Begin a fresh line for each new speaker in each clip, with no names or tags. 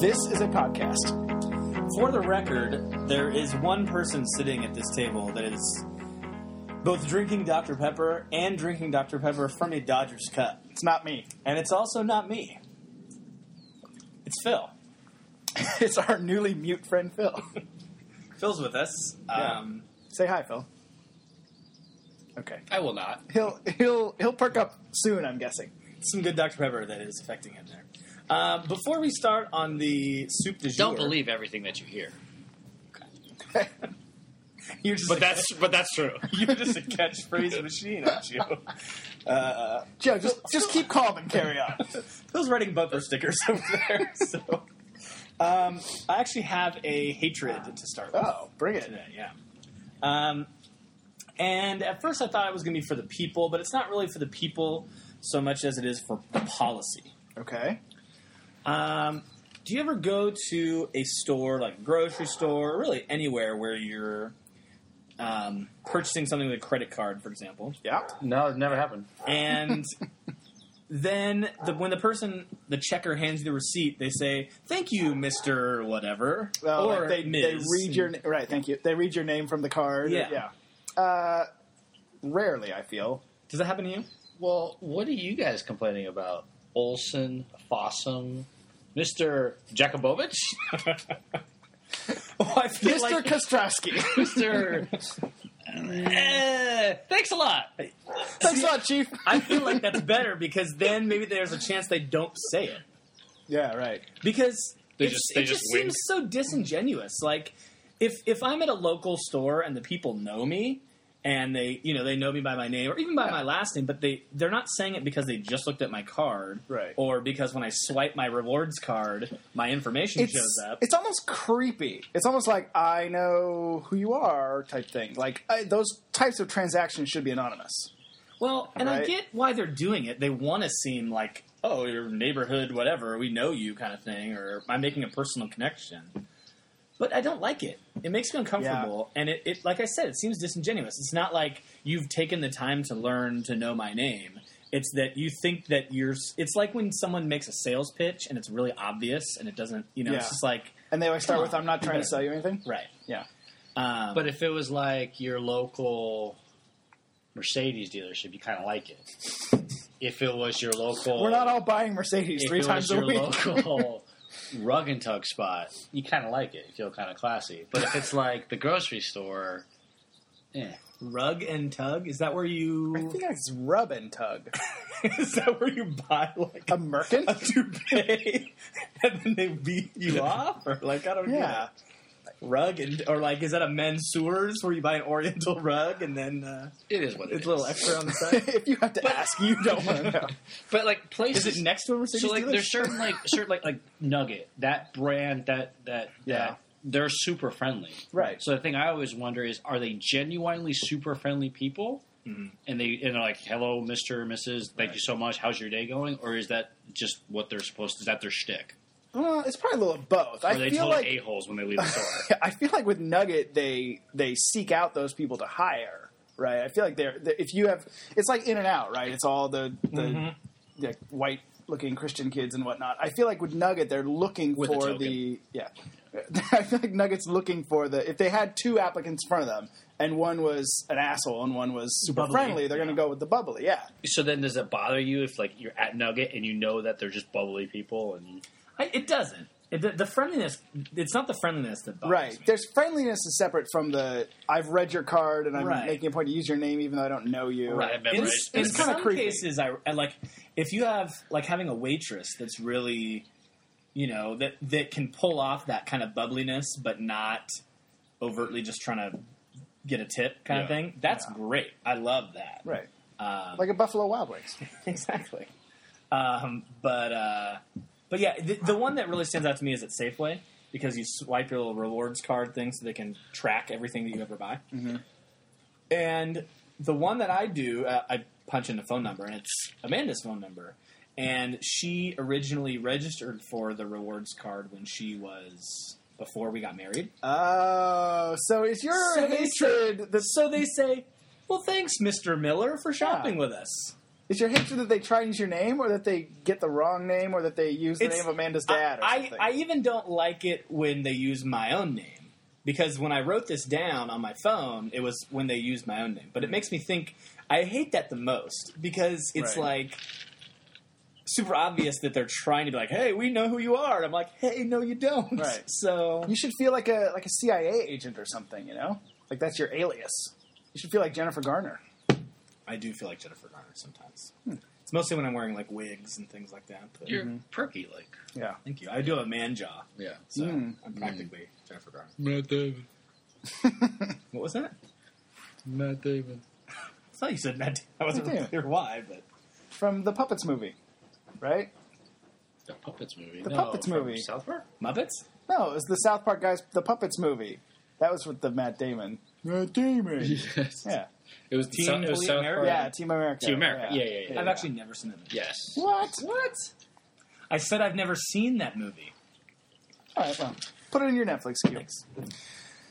This is a podcast.
For the record, there is one person sitting at this table that is both drinking Dr. Pepper and drinking Dr. Pepper from a Dodgers cup.
It's not me.
And it's also not me. It's Phil.
It's our newly mute friend Phil.
Phil's with us.
Yeah.
Um,
Say hi, Phil. Okay.
I will not.
He'll he'll he'll perk up soon, I'm guessing.
some good Dr. Pepper that is affecting him there. Um, before we start on the soup de jour,
Don't believe everything that you hear.
you're just
But
a-
that's but that's true.
you're just a catchphrase machine, aren't you? Uh,
Joe, just just keep calm and carry on.
Phil's writing bumper stickers over there, so um, I actually have a hatred to start with.
Oh, bring it.
today, yeah. Um, and at first I thought it was going to be for the people, but it's not really for the people so much as it is for policy.
Okay.
Um, do you ever go to a store, like a grocery store, or really anywhere where you're um, purchasing something with a credit card, for example,
Yeah.
No, it never happened.
and then the, when the person, the checker, hands you the receipt, they say, "Thank you, Mister Whatever,"
Well,
or
like they,
Ms.
they read your na- right. Thank you. They read your name from the card.
Yeah.
Yeah. Uh, rarely, I feel.
Does that happen to you?
Well, what are you guys complaining about? Olson, Fossum, Mr. Jakubovich,
Oh, I feel
Mr.
like-
Kostrowski.
Mr. Eh, thanks a lot.
Thanks a lot, Chief.
I feel like that's better because then maybe there's a chance they don't say it
Yeah. Right.
because
They
it's-
just- they
it just,
just wink.
seems so disingenuous. Like if if I'm at a local store and the people know me and they you know they know me by my name or even by my last name, but they they're not saying it because they just looked at my card,
Right.
Or because when I swipe my rewards card, my information
it's,
shows up.
It's almost creepy. It's almost like I know who you are type thing. Like I, those types of transactions should be anonymous.
Well, and I
Right.
get why they're doing it. They want to seem like, oh, your neighborhood, whatever, we know you kind of thing, or I'm making a personal connection. But I don't like it. It makes me uncomfortable. And it, it, like I said, it seems disingenuous. It's not like you've taken the time to learn to know my name. It's that you think that you're. s- It's like when someone makes a sales pitch and it's really obvious and it doesn't, you know,
Yeah.
it's just like,
And they always start
Come
with
on,
"I'm not
you
trying to
better-
sell you anything."
right.
Yeah.
Um,
But if it was like your local Mercedes dealership, you kind of like it. If it was your local,
We're not all buying Mercedes
if
three
it
times
was
a
your
week.
local rug and tug spot, you kind of like it. You feel kind of classy. But if it's like the grocery store, eh.
rug and tug, is that where you.
I think it's rub and tug.
is that where you buy, like,
A merkin?
a toupee, and then they beat you off, or like I don't know,
Yeah.
rug, and or like is that a men's sewers where you buy an Oriental rug and then uh,
it is what it
it's
is.
a little extra on the side?
if you have to ask, you don't want to know.
But like places,
is it next to a Mercedes
so like
dealer?
there's certain like certain like like Nugget that brand that that
Yeah.
that they're super friendly.
Right.
So the thing I always wonder is, are they genuinely super friendly people?
Mm-hmm.
And they and they're like, "Hello, Mister, Mrs. Thank you so much. How's your day going?" Or is that just what they're supposed? to Is that their shtick?
Well, it's probably a little of both.
Or
I
are they
feel
total
like
a holes when they leave the store?
I feel like with Nugget, they they seek out those people to hire, right? I feel like they're, they if you have it's like In and Out, right? It's all the the,
Mm-hmm.
the white looking Christian kids and whatnot. I feel like with Nugget, they're looking
With a
for
token.
the yeah. I feel like Nugget's looking for the if they had two applicants in front of them and one was an asshole and one was super
Bubbly,
friendly, they're going
yeah.
to go with the bubbly, yeah.
so then, does it bother you if like you're at Nugget and you know that they're just bubbly people and
I, it doesn't. It, the, the friendliness, it's not the friendliness that bothers
Right.
me.
There's friendliness is separate from the I've read your card and I'm
Right.
making a point to use your name even though I don't know you.
Right.
In,
Right.
in
It's kinda
some
creepy.
cases, I, I like if you have like having a waitress that's really, you know, that that can pull off that kind of bubbliness, but not overtly just trying to get a tip kind of
Yeah.
thing. That's
Yeah.
great. I love that.
Right.
Um,
Like a Buffalo Wild Wings.
exactly. Um, but uh, but yeah, the, the one that really stands out to me is at Safeway because you swipe your little rewards card thing so they can track everything that you ever buy. And the one that I do, uh, I punch in the phone number, and it's Amanda's phone number. And she originally registered for the rewards card when she was before we got married.
Oh, so is your
So they
hatred the
So they say, "Well, thanks, Mister Miller, for shopping with us."
Is your hatred that they Triton's your name, or that they get the wrong name, or that they use the
It's-
name of Amanda's dad? or
I,
something?
I, I even don't like it when they use my own name because when I wrote this down on my phone, it was when they used my own name. But it makes me think I hate that the most because it's
Right.
like super obvious that they're trying to be like, "Hey, we know who you are." And I'm like, "Hey, no, you don't."
Right.
So
you should feel like a like a CIA agent or something. You know, like that's your alias. You should feel like Jennifer Garner.
I do feel like Jennifer Garner sometimes.
Hmm.
It's mostly when I'm wearing like wigs and things like that. But
You're perky, like
Yeah.
Thank you. I do have a man jaw,
yeah.
so
Mm.
I'm practically Jennifer Garner.
Matt Damon.
What was that?
Matt Damon.
I thought you said Matt. Damon. I wasn't
Yeah.
really clear why, but
From the Puppets movie, right?
The Puppets movie.
The
No,
Puppets
from
movie.
South Park.
Muppets.
No, it was the South Park guys, the Puppets movie. That was with the Matt Damon. Matt Damon.
Yes.
yeah.
It was
Team
Team it was
Holy
South
America?
Park.
Yeah, Team America.
Team America. Yeah, yeah, yeah.
I've actually never seen that movie.
Yes.
What?
What? I said I've never seen that movie.
All right, well, put it in your Netflix queue.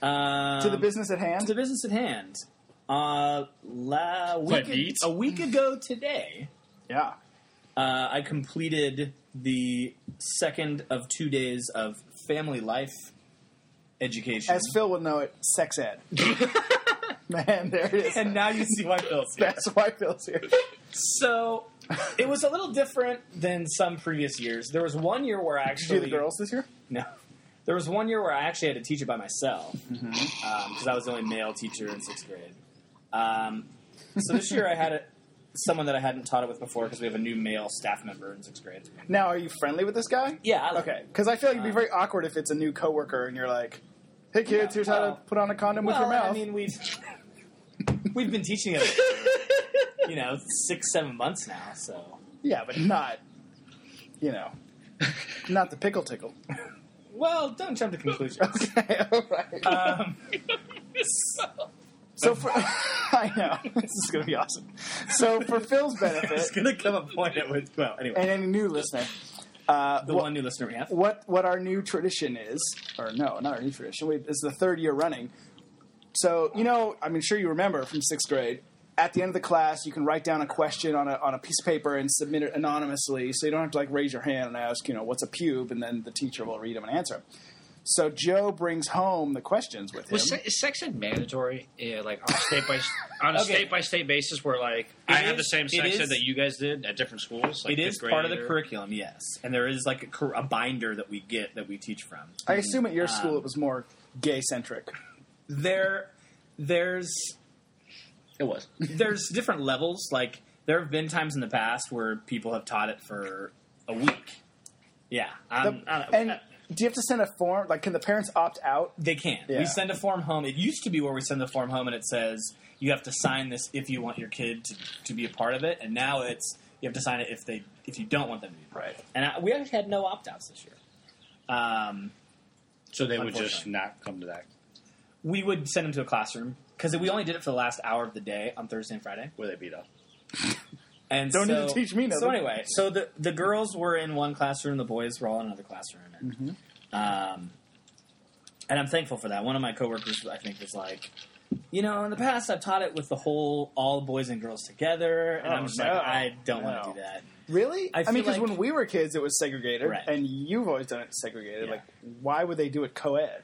Um,
To the business at hand.
to business at hand. Uh, la
What,
week
beat?
a week ago today,
yeah.
uh, I completed the second of two days of family life education.
As Phil would know it, sex ed. Man, there it is.
and now you see why Phil's here.
That's why Phil's here.
So it was a little different than some previous years. There was one year where
Did
I
you
actually
do the girls this year?
No. There was one year where I actually had to teach it by myself because I was the only male teacher in sixth grade. Um, so this year I had a, someone that I hadn't taught it with before because we have a new male staff member in sixth grade.
Now, are you friendly with this guy?
Yeah, I like
Okay, because I feel like it'd be very awkward if it's a new coworker and you're like, "Hey kids,
uh, Yeah,
here's how to
well-
put on a condom
Well,
with your mouth."
I mean we've we've been teaching it, you know, six seven months now. So
yeah, but not, you know, not the pickle tickle.
well, don't jump to conclusions.
Okay, all right.
um,
so for I know this is gonna be awesome. So for Phil's benefit
there's gonna come a point at which well anyway
and any new listener, uh,
the
what,
one new listener we have
what what our new tradition is, or no, not our new tradition. We, this is the third year running. So you know, I'm sure you remember from sixth grade. At the end of the class, you can write down a question on a, on a piece of paper and submit it anonymously, so you don't have to like raise your hand and ask, you know, what's a pube, and then the teacher will read them and answer. 'em. So Joe brings home the questions with him.
Was se- is sex ed mandatory? Yeah, like on a state by on a
Okay.
state by state basis, where like I
It
had the
is-
same
it
sex
is-
ed that you guys did at different schools. Like
it is
fifth
part of the
grade or-
curriculum, yes, and there is like a, cur- a binder that we get that we teach from.
I assume at your school
Um,
it was more gay centric.
There, there's
It was.
there's different levels. Like there have been times in the past where people have taught it for a week. Yeah, I'm, I don't-
And do you have to send a form? Like, can the parents opt out?
they can.
Yeah.
We send a form home. It used to be where we send the form home and it says you have to sign this if you want your kid to, to be a part of it, and now it's you have to sign it if they if you don't want them to be. a part
Right.
of it. And I, we actually had no opt outs this year. Um,
So they would just
Unfortunately.
not come to that.
we would send them to a classroom because we only did it for the last hour of the day on Thursday and Friday.
Where they beat up.
And
Don't
so,
need to teach me
So
nothing.
anyway, so the the girls were in one classroom, the boys were all in another classroom, and,
Mm-hmm.
um, and I'm thankful for that. One of my coworkers, I think, was like. You know, in the past, I've taught it with the whole all boys and girls together, and
Oh,
I'm just
no.
like, I don't want to
No.
do that.
Really? I,
I
mean,
feel
because
like-
when we were kids, it was segregated,
Right.
and you've always done it segregated.
Yeah.
Like, why would they do it co-ed?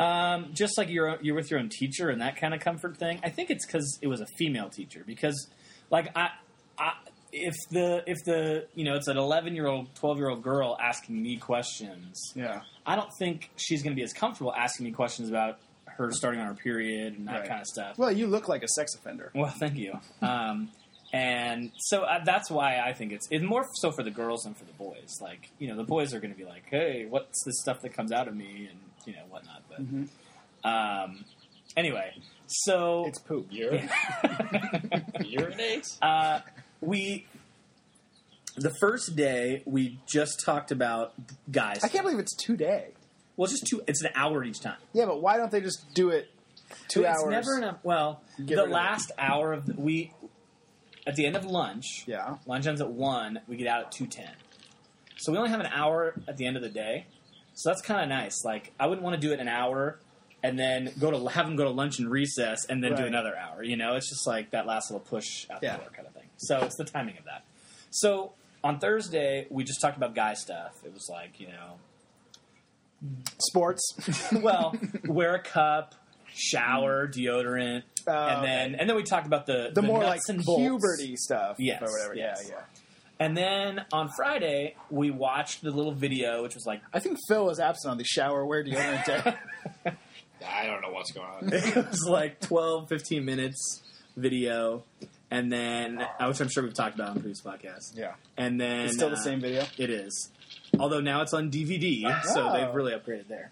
Um, just like you're you're with your own teacher and that kind of comfort thing. I think it's because it was a female teacher. Because like I, I if the if the you know it's an eleven year old, twelve year old girl asking me questions,
Yeah.
I don't think she's going to be as comfortable asking me questions about her starting on her period and that
Right.
kind of stuff.
Well, you look like a sex offender.
Well, thank you. Um, and so uh, that's why I think it's it's more so for the girls than for the boys. Like you know, the boys are going to be like, "Hey, what's this stuff that comes out of me?" and you know whatnot. But um, anyway, so
Mm-hmm. It's poop.
Ur- Urinates.
uh, we the first day we just talked about guys.
I can't believe it's two day.
well, just two. It's an hour each time.
Yeah, but why don't they just do it two
it's
hours?
never enough. Well,
rid
the
of it.
last hour of the, we at the end of lunch.
Yeah.
Lunch ends at one. We get out at two ten. So we only have an hour at the end of the day. So that's kind of nice. Like I wouldn't want to do it in an hour and then go to have them go to lunch and recess and then do
Right.
another hour. You know, it's just like that last little push out
Yeah.
the door kind of thing. So it's the timing of that. So on Thursday, we just talked about guy stuff. It was like, you know,
Sports.
well, wear a cup, shower, deodorant,
Oh,
and then and then we talked about the
the, more like
nuts and bolts.
puberty stuff.
Yes,
Or whatever.
yes.
Yeah, yeah.
And then on Friday, we watched the little video, which was like
I think Phil was absent on the shower wear deodorant day.
I don't know what's going on.
it was like 12, 15 minutes video, and then uh, which I'm sure we've talked about on previous podcasts.
yeah.
And then
It's still
uh,
the same video.
It is, although now it's on DVD, so
Oh.
they've really upgraded there.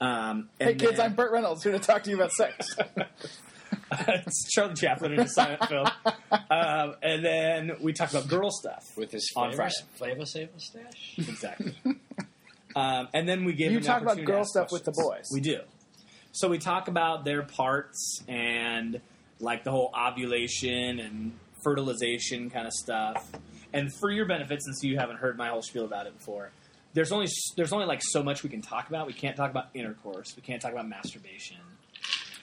Um, and
Hey kids,
then-
I'm Burt Reynolds here to talk to you about sex.
it's Charlie Chaplin in a silent film. Um, and then we talked about girl stuff.
With his
On
flavor,
Friday.
flavor saver stash?
Exactly. um, and then we give
You
them the
talk about
opportunity to
girl
ask
stuff with the
questions.
boys.
We do. So we talk about their parts and like the whole ovulation and fertilization kind of stuff. And for your benefit, since you haven't heard my whole spiel about it before, there's only s- there's only like so much we can talk about. We can't talk about intercourse. We can't talk about masturbation.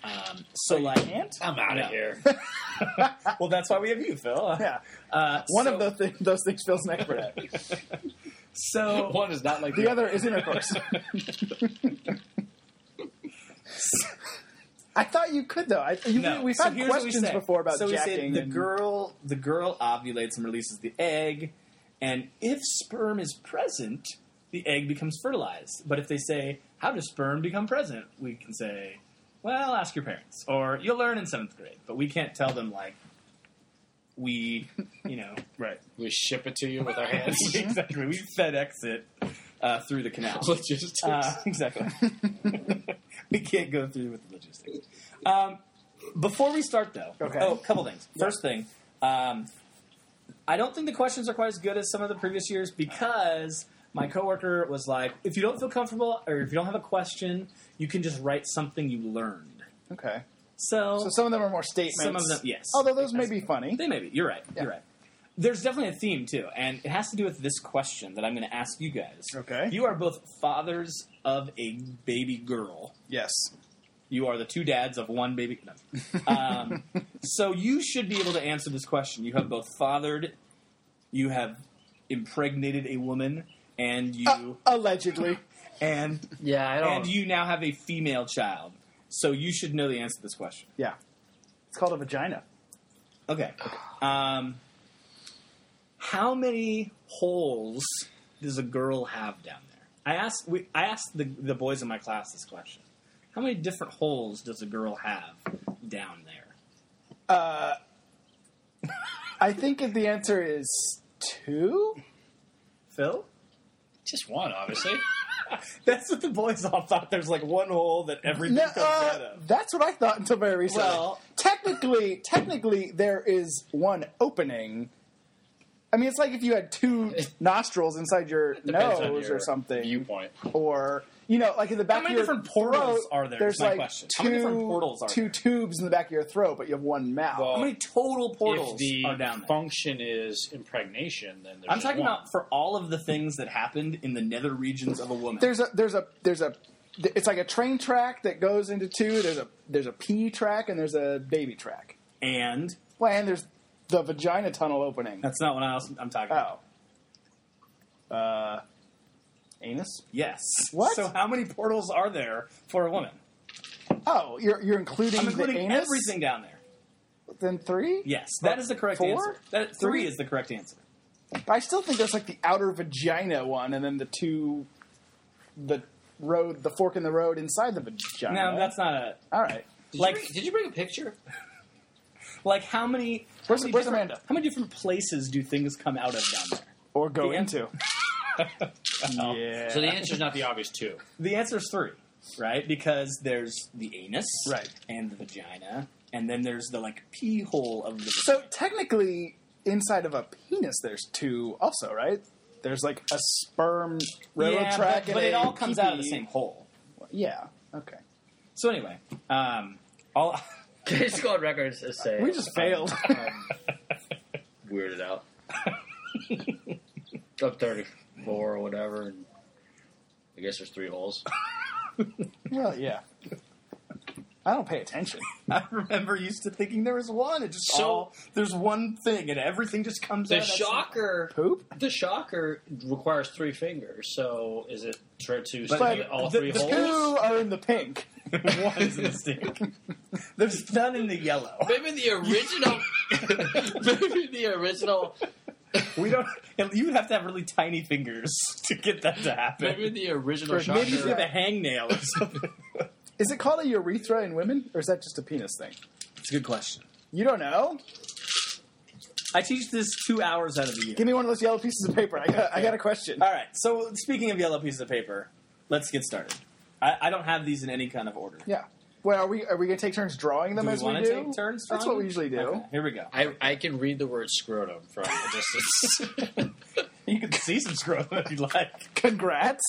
Um, so
Oh,
like,
I'm out
No.
of here.
well, that's why we have you, Phil.
Yeah.
Uh,
One
so,
of those, thi- those things Phil's an expert at.
So
One is not like
The other is intercourse. I thought you could though. I, you,
No.
We've
So
had
here's what we
questions
say.
before about
so we
jacking.
say the
and-
girl the girl ovulates and releases the egg, and if sperm is present, the egg becomes fertilized. But if they say, "How does sperm become present?" we can say, "Well, ask your parents," or "You'll learn in seventh grade." But we can't tell them like we, you know,
right?
We ship it to you with our hands.
exactly. We FedEx it uh, through the canal.
Logistics.
Uh, exactly. we can't go through with the logistics. Um, before we start, though,
Okay.
oh, a couple things. First thing, um, I don't think the questions are quite as good as some of the previous years because my coworker was like, if you don't feel comfortable or if you don't have a question, you can just write something you learned.
Okay.
So,
So some of them are more statements.
Some of them- yes.
Although those may be funny.
they may be. You're right.
Yeah.
You're right. There's definitely a theme too, and it has to do with this question that I'm going to ask you guys.
Okay.
You are both fathers of a baby girl.
Yes.
You are the two dads of one baby. No. Um, so you should be able to answer this question. You have both fathered, you have impregnated a woman, and you
Uh, Allegedly.
and
yeah, I
and you now have a female child. So you should know the answer to this question.
Yeah. It's called a vagina.
Okay. Um, how many holes does a girl have down there? I asked. We, I asked the, the boys in my class this question. How many different holes does a girl have down there?
I think if the answer is two.
Phil?
Just one, obviously.
That's what the boys all thought. There's like one hole that everything
No,
comes
uh,
out of.
that's what I thought until very recently.
Well-
technically, technically, there is one opening. I mean, it's like if you had two nostrils inside your nose
Depends on your
or something,
Viewpoint.
or you know, like in the back.
How many
of your
different portals
throat,
are there?
There's
Is my
like
question.
two
How many different portals are
two
there?
tubes in the back of your throat, but you have one mouth.
Well,
How many total
If
portals
the
are down there?
function is impregnation, then there's
I'm talking
one.
about for all of the things that happened in the nether regions of a woman.
there's a there's a there's a th- it's like a train track that goes into two. There's a there's a pee track and there's a baby track.
and
Well, and there's the vagina tunnel opening.
that's not what I was, I'm talking about.
Oh. Uh, anus?
Yes.
What?
So how many portals are there for a woman?
Oh, you're you're including,
I'm including
the anus?
everything down there.
Then three?
Yes,
But
that is the correct
four?
answer. That three
Three?
is the correct answer.
But I still think there's like the outer vagina one, and then the two, the road, the fork in the road inside the vagina.
No, that's not a
all right.
Did
like-
you bring, did you bring a picture?
like how many
Where's-
how many
where's
different-
Amanda?
How many different places do things come out of down there?
Or go
The an-
into. yeah.
So the answer is not the obvious two.
The answer's three, right? Because there's the anus,
Right.
and the vagina, and then there's the like pee hole of the.
so technically, inside of a penis, there's two also, right? There's like a sperm railroad
yeah,
track,
but,
and
but it
a
all comes out of the
pee-pee.
same hole.
Yeah. Okay.
So anyway, um, all
Just go on record and say
We just failed.
weirded out. I'm 34 or whatever, and I guess there's three holes.
well, yeah. I don't pay attention.
I remember used to thinking there was one. It just
So-
all there's one thing, and everything just comes
The
out. That's-
shocker.
Poop.
The shocker requires three fingers. So is it try to
But
get all
the-
three
the
holes?
Two are in the pink.
one is a mistake. There's none in the yellow.
Maybe the original. maybe the original.
We don't. You would have to have really tiny fingers to get that to happen.
Maybe the original.
Maybe
Maybe if you
shocker-
have a hangnail or something.
Is it called a urethra in women, or is that just a penis thing?
It's a good question.
You don't know.
I teach this two hours out of the year.
Give me one of those yellow pieces of paper. I got, I got a question.
All right. So speaking of yellow pieces of paper, let's get started. I, I don't have these in any kind of order.
Yeah. Well, are we are we gonna take turns drawing them
Do we
as
want
do?
to take turns?
That's
drawing?
what we usually do.
Okay, here we go.
I, I can read the word scrotum from a distance.
You can see some scrotum if you'd like.
Congrats.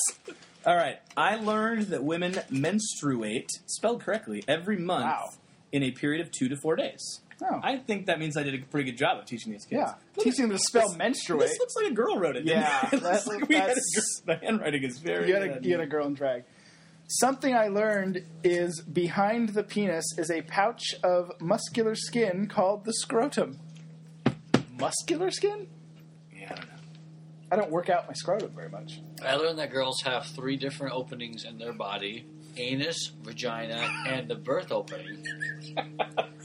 All right. I learned that women menstruate, spelled correctly, every month
Wow.
in a period of two to four days.
Oh.
I think that means I did a pretty good job of teaching these kids.
yeah.
Look at-
Teaching them to spell menstruate.
This looks like a girl wrote it. didn't
Yeah,
it? It looks
that-
like we had a
that's-
girl- the handwriting is very.
you had a,
good.
you had a girl in drag. Something I learned is behind the penis is a pouch of muscular skin called the scrotum. Muscular skin?
Yeah, I don't know.
I don't work out my scrotum very much.
I learned that girls have three different openings in their body: anus, vagina, and the birth opening.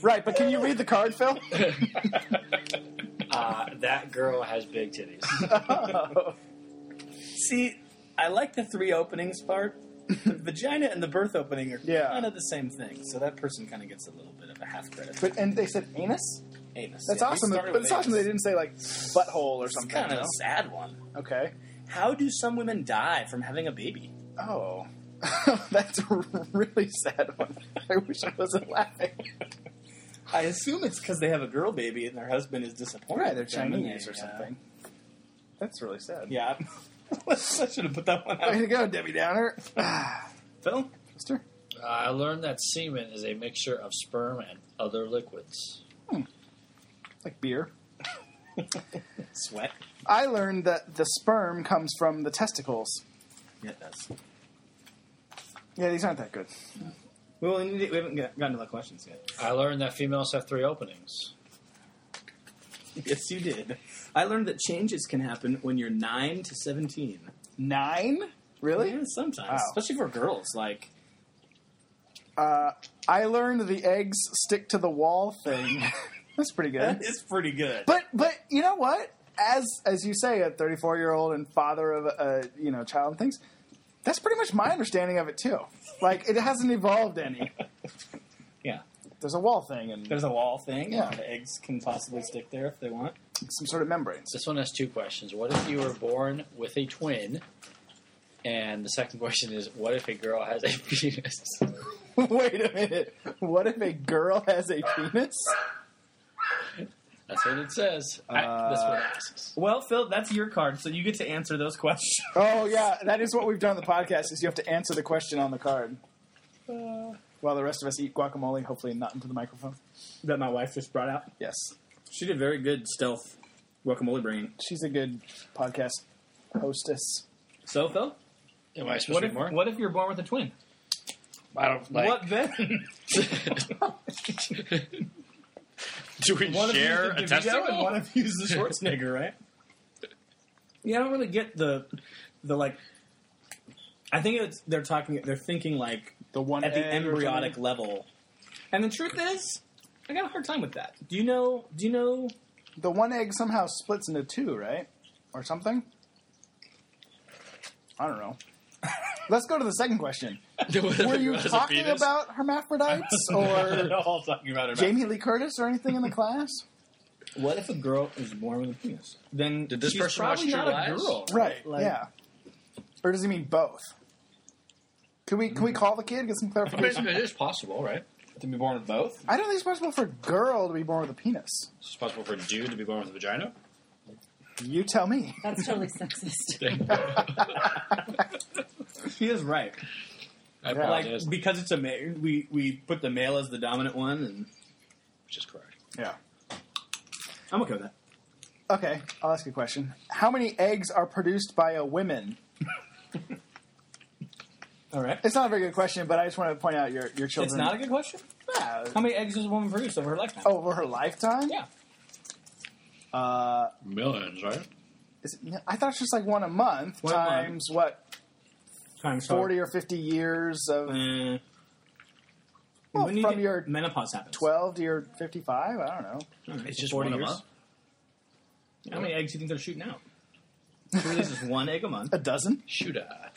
Right, but can you read the card, Phil?
Uh, that girl has big titties.
See, I like the three openings part. The vagina and the birth opening are
Yeah.
kind of the same thing, so that person kind of gets a little bit of a half credit.
But and they said anus.
Anus.
That's
Yeah, we
awesome.
started
But
with
it's awesome they
anus.
didn't say like butthole or something.
It's kind of a
you
sad one.
know? Okay.
How do some women die from having a baby?
Oh, that's a really sad one. I wish I wasn't laughing.
I assume it's because they have a girl baby and their husband is disappointed.
Right, they're
with them and
Chinese
they,
or
uh,
something. That's really sad.
Yeah. I should have put that one
Way
out.
to go, Debbie Downer.
Phil?
Mister.
Uh, I learned that semen is a mixture of sperm and other liquids.
Like beer.
Sweat.
I learned that the sperm comes from the testicles.
Yeah, it does.
Yeah, these aren't that good.
Well, we need- we haven't got- gotten to the questions yet.
I learned that females have three openings.
Yes, you did. I learned that changes can happen when you're 9 to 17.
Nine? Really?
Yeah, sometimes.
Wow.
Especially for girls. Like,
Uh, I learned the eggs stick to the wall thing. That's pretty good.
that is pretty good.
But but you know what? As as you say, a 34 year old and father of a, a you know child and things. That's pretty much my understanding of it too. Like it hasn't evolved any.
yeah.
There's a wall thing and
There's a wall thing.
Yeah.
The eggs can possibly stick there if they want.
some sort of membranes.
This one has two questions. What if you were born with a twin? And the second question is, what if a girl has a penis?
Wait a minute. What if a girl has a penis?
That's what it says. I, that's what it asks.
Well, Phil, that's your card, so you get to answer those questions.
Oh yeah, that is what we've done on the podcast. Is you have to answer the question on the card. While the rest of us eat guacamole, hopefully not into the microphone.
that my wife just brought out.
Yes,
She did very good stealth guacamole bringing.
she's a good podcast hostess.
So, Phil,
Am I supposed
what
to
if,
be more?
what if you're born with a twin?
I don't like.
what then?
Do we
One of you's
share
the
a
DeVito and
testicle?
one of you's the Schwarzenegger, right? Yeah, I don't really get the the like. I think it's they're talking, they're thinking like
The one
at the
egg or
embryonic
something.
level, and the truth is, I got a hard time with that. Do you know? Do you know?
The one egg somehow splits into two, right, or something. I don't know. Let's go to the second question. Were you
Has a
talking
penis?
about hermaphrodites or
all talking about it.
Jamie Lee Curtis or anything in the class?
What if a girl is born with a penis? Then
Did this
she's
person watch
probably
True
not a
Lies?
girl,
Right.
Like-
yeah. Or does he mean both? Can we can we call the kid get some
I mean,
clarification?
it is possible, right?
to be born with both.
I don't think it's possible for a girl to be born with a penis.
It's possible for a dude to be born with a vagina.
You tell me.
That's totally sexist.
She is right.
I
Yeah.
like
apologize,
because it's a male, we we put the male as the dominant one, and
which is correct.
Yeah.
I'm okay with that.
Okay, I'll ask you a question. How many eggs are produced by a woman?
All right.
It's not a very good question, but I just want to point out your your children.
It's not a good question.
Yeah.
How many eggs does a woman produce over her lifetime?
over her lifetime.
yeah.
Uh,
Millions, right?
is it, I thought it's just like one a month
One a month.
times what
Times
forty or fifty years of
Uh,
Well,
when you
from
get-
your
menopause happens.
twelve to your fifty-five. I don't know.
It's just
40
one a
years.
month.
How many eggs do you think they're shooting out? She releases one egg a month.
A dozen.
Shoot up.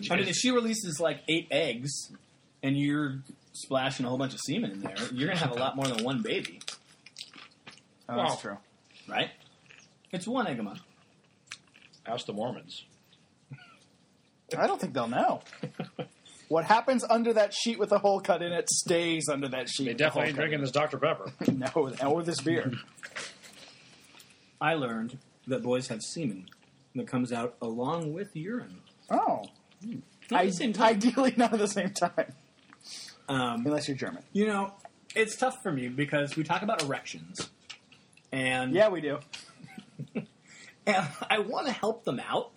I mean, if she releases like eight eggs, and you're splashing a whole bunch of semen in there, you're gonna have a lot more than one baby,
Oh,
Wow.
that's true.
right? It's one egg a month.
Ask the Mormons.
I don't think they'll know. What happens under that sheet with a hole cut in it stays under that sheet.
They
with a hole
definitely ain't
cut
drinking this Dr. Pepper.
in it. No, or this beer.
I learned that boys have semen that comes out along with urine.
Oh,
Not
I-
the same time.
ideally not at the same time,
Um,
unless you're German.
You know, it's tough for me because we talk about erections, and
Yeah, we do.
and I want to help them out.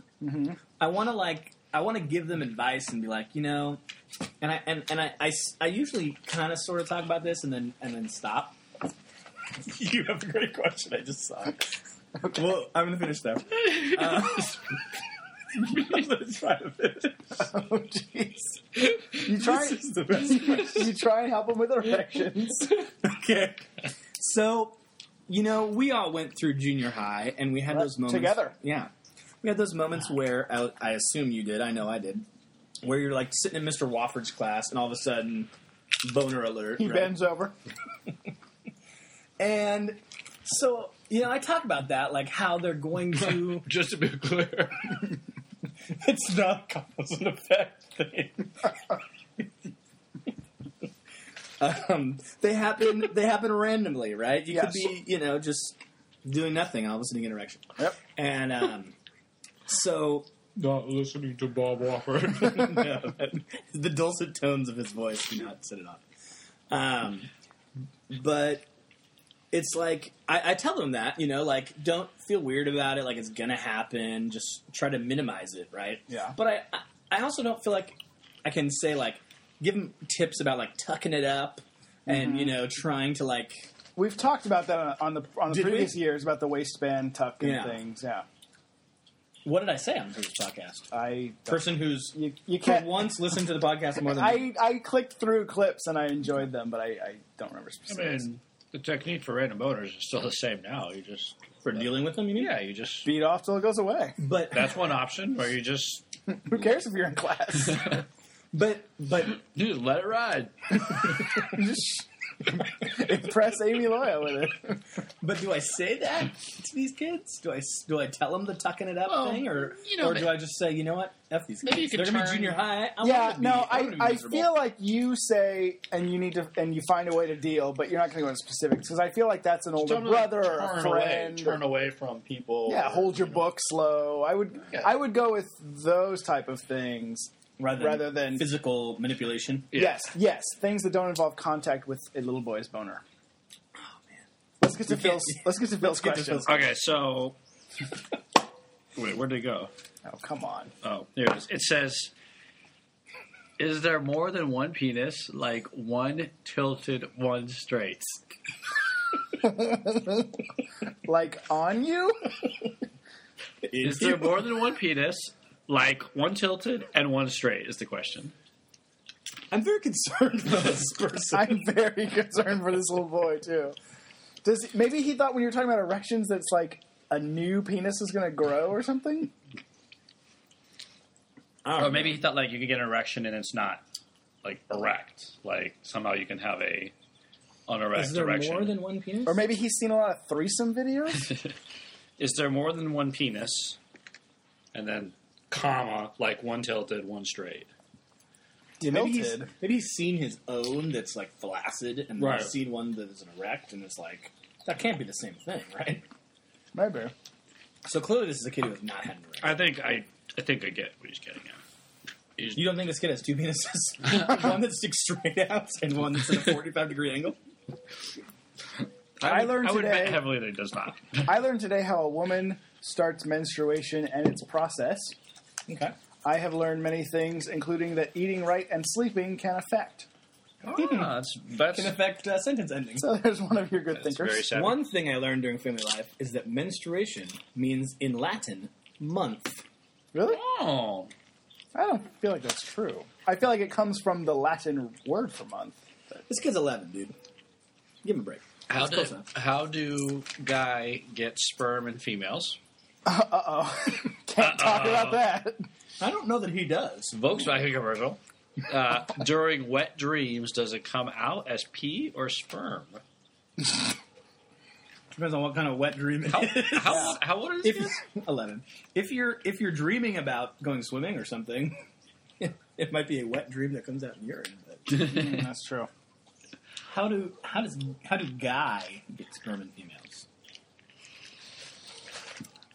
I want to like, I want to give them advice and be like, you know, and I and, and I, I s- I usually kind of sort of talk about this and then and then stop. you have a great question. I just saw. Well, I'm gonna finish that. Uh, I'm gonna try to finish.
Oh, jeez. You try.
This is the best question.
you try and help them with erections.
okay. So, you know, we all went through junior high, and we had
Right,
those moments
together.
Yeah, we had those moments where I, I assume you did. I know I did. Where you're like sitting in Mr. Wofford's class, and all of a sudden, boner alert.
He
right?
bends over.
And so, you know, I talk about that, like how they're going to.
Just to be clear.
it's not a cause and effect thing. um, they happen. They happen randomly, right? You
Yes.
could be, you know, just doing nothing, all of a sudden you get an erection.
Yep.
And um, so
Not listening to Bob Wofford.
no, the dulcet tones of his voice do not set it off. Um, but it's like I, I tell them that you know, like don't feel weird about it. Like it's gonna happen. Just try to minimize it, right?
Yeah.
But I, I I also don't feel like I can say like give them tips about like tucking it up and you know trying to like
We've talked about that on, on the on the
Did we?
previous years about the waistband tuck and
Yeah.
things. Yeah.
what did I say on the previous podcast?
I
Person who's
you, you
for
can't.
once listened to the podcast more than
I, I clicked through clips and I enjoyed them, but I, I don't remember
I
specifics.
mean, the technique for random boners is still the same now. You just.
for dealing with them. You mean?
Yeah, you just.
Beat off till it goes away.
But
That's one option where you just.
Who cares if you're in class?
but but
You just let it ride.
Just impress Amy Loya with it.
But do I say that to these kids? Do I do I tell them the tucking it up
Well,
thing, or
you know,
or do
they-
I just say, you know what, f these
Maybe
kids?
you could
They're gonna be
turn-
junior high. I
Yeah,
wanna be-
no,
I,
I,
wanna be
I
miserable.
feel like you say, and you need to, and you find a way to deal, but you're not going to go into specifics because I feel like that's an older
Tell them to
brother or a
turn
friend.
Away, turn away from people.
yeah, hold your book slow. I would,
Yeah.
I would go with those type of things.
rather than,
rather than-
physical manipulation.
Yeah.
Yes, yes, things that don't involve contact with a little boy's boner. Oh, Let's get to
We
Phil's.
can't-
Let's get to Phil's
get to
question.
Phil's-
Okay, so. Wait, where'd they go?
Oh, come on.
Oh, there it is. It says, "Is there more than one penis? Like one tilted, one straight?"
Like on you?
Is there more than one penis? Like one tilted and one straight is the question.
I'm very concerned about this person.
I'm very concerned for this little boy too. Does maybe he thought when you were talking about erections that's like a new penis is going to grow or something?
I don't
Or
know.
maybe he thought like you could get an erection and it's not like erect. Like somehow you can have a unerect
is there
erection.
more than one penis?
Or maybe he's seen a lot of threesome videos.
is there more than one penis? And then comma like one tilted, one straight.
Yeah, maybe he's,
Tilted.
maybe he's seen his own that's like flaccid, and then
Right.
he's seen one that is an erect, and it's like that can't be the same thing, right?
maybe.
So clearly, this is a kid who has not had an erect.
I think I I think I get what he's getting at. He's-
You don't think this kid has two penises? one that sticks straight out and one that's at a 45 degree angle?
I
would-
learned
I would bet
today-
heavily that it does not.
I learned today how a woman starts menstruation and its process.
Okay.
I have learned many things, including that eating right and sleeping can affect.
Ah, that's that's,
Can affect uh, sentence endings.
So there's one of your good
that's very
thinkers.
sad.
One thing I learned during family life is that menstruation means in Latin month.
Really?
Oh,
I don't feel like that's true. I feel like it comes from the Latin word for month.
This kid's 11, dude. Give him a break.
how
That's close
do
enough.
how do guy get sperm and females?
Uh oh. Can't talk about that.
I don't know that he does.
Volkswagen commercial. Uh, during wet dreams, does it come out as pee or sperm?
Depends on what kind of wet dream it
How,
is.
how, how old is this?
if eleven, if you're if you're dreaming about going swimming or something, it might be a wet dream that comes out in urine. But
Mm, that's true.
how do how does how do guy get sperm in females?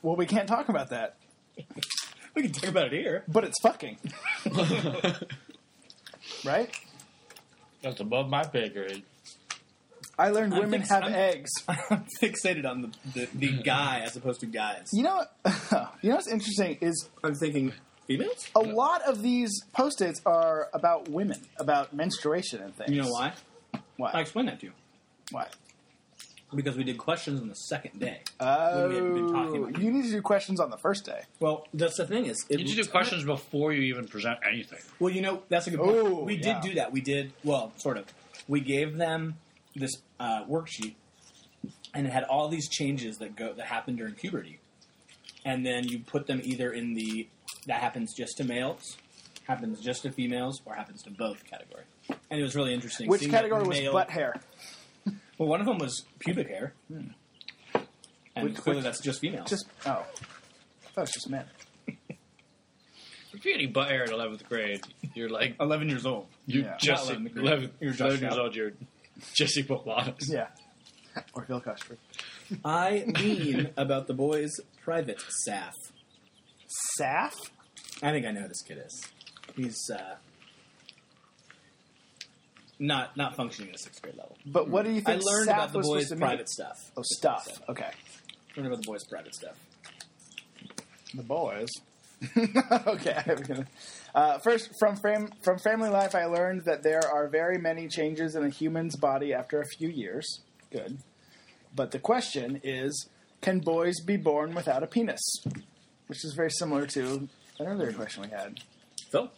Well, we can't talk about that,
We can talk about it here.
but it's fucking. right?
That's above my pay grade.
I learned
I'm
women
fix-
have
I'm-
eggs.
I'm fixated on the, the, the guy as opposed to guys.
You know, you know what's interesting is
I'm thinking females.
a lot of these post-its are about women, about menstruation and things.
You know why?
Why?
I explained that to you
why?
because we did questions on the second day.
Oh,
we had been talking about-
you need to do questions on the first day.
Well, that's the thing is, it
Did you
was-
do questions before you even present anything?
Well, you know, that's a good point.
Ooh,
we
yeah.
did do that. We did, well, sort of. We gave them this uh, worksheet, and it had all these changes that go that happen during puberty, and then you put them either in the that happens just to males, happens just to females, or happens to both category. And it was really interesting.
Which
seeing that
category was
male-
butt hair?
Well, one of them was pubic hair, and
Which-
clearly
which-
that's just females.
Just oh, that was just men.
If you're getting butt hair in 11th grade, you're like,
eleven years old.
you
Yeah.
just,
Not 11th grade.
11,
You're Josh
11 years
Allen.
old, Oh, you're Jesse Bolanos.
Yeah, or Bill Cosby.
I mean about the boys' private staff.
Saf.
I think I know who this kid is. He's uh, not not functioning at a sixth grade level.
But what do you
I
think?
learned
Saf
about the
was
boys'
supposed to mean?
private stuff.
Oh, stuff. Okay,
Learned about the boys' private stuff.
the boys. okay. I'm gonna- Uh, first, from fam- from family life, I learned that there are very many changes in a human's body after a few years. Good, but the question is, can boys be born without a penis? Which is very similar to an earlier question we had.
Phil,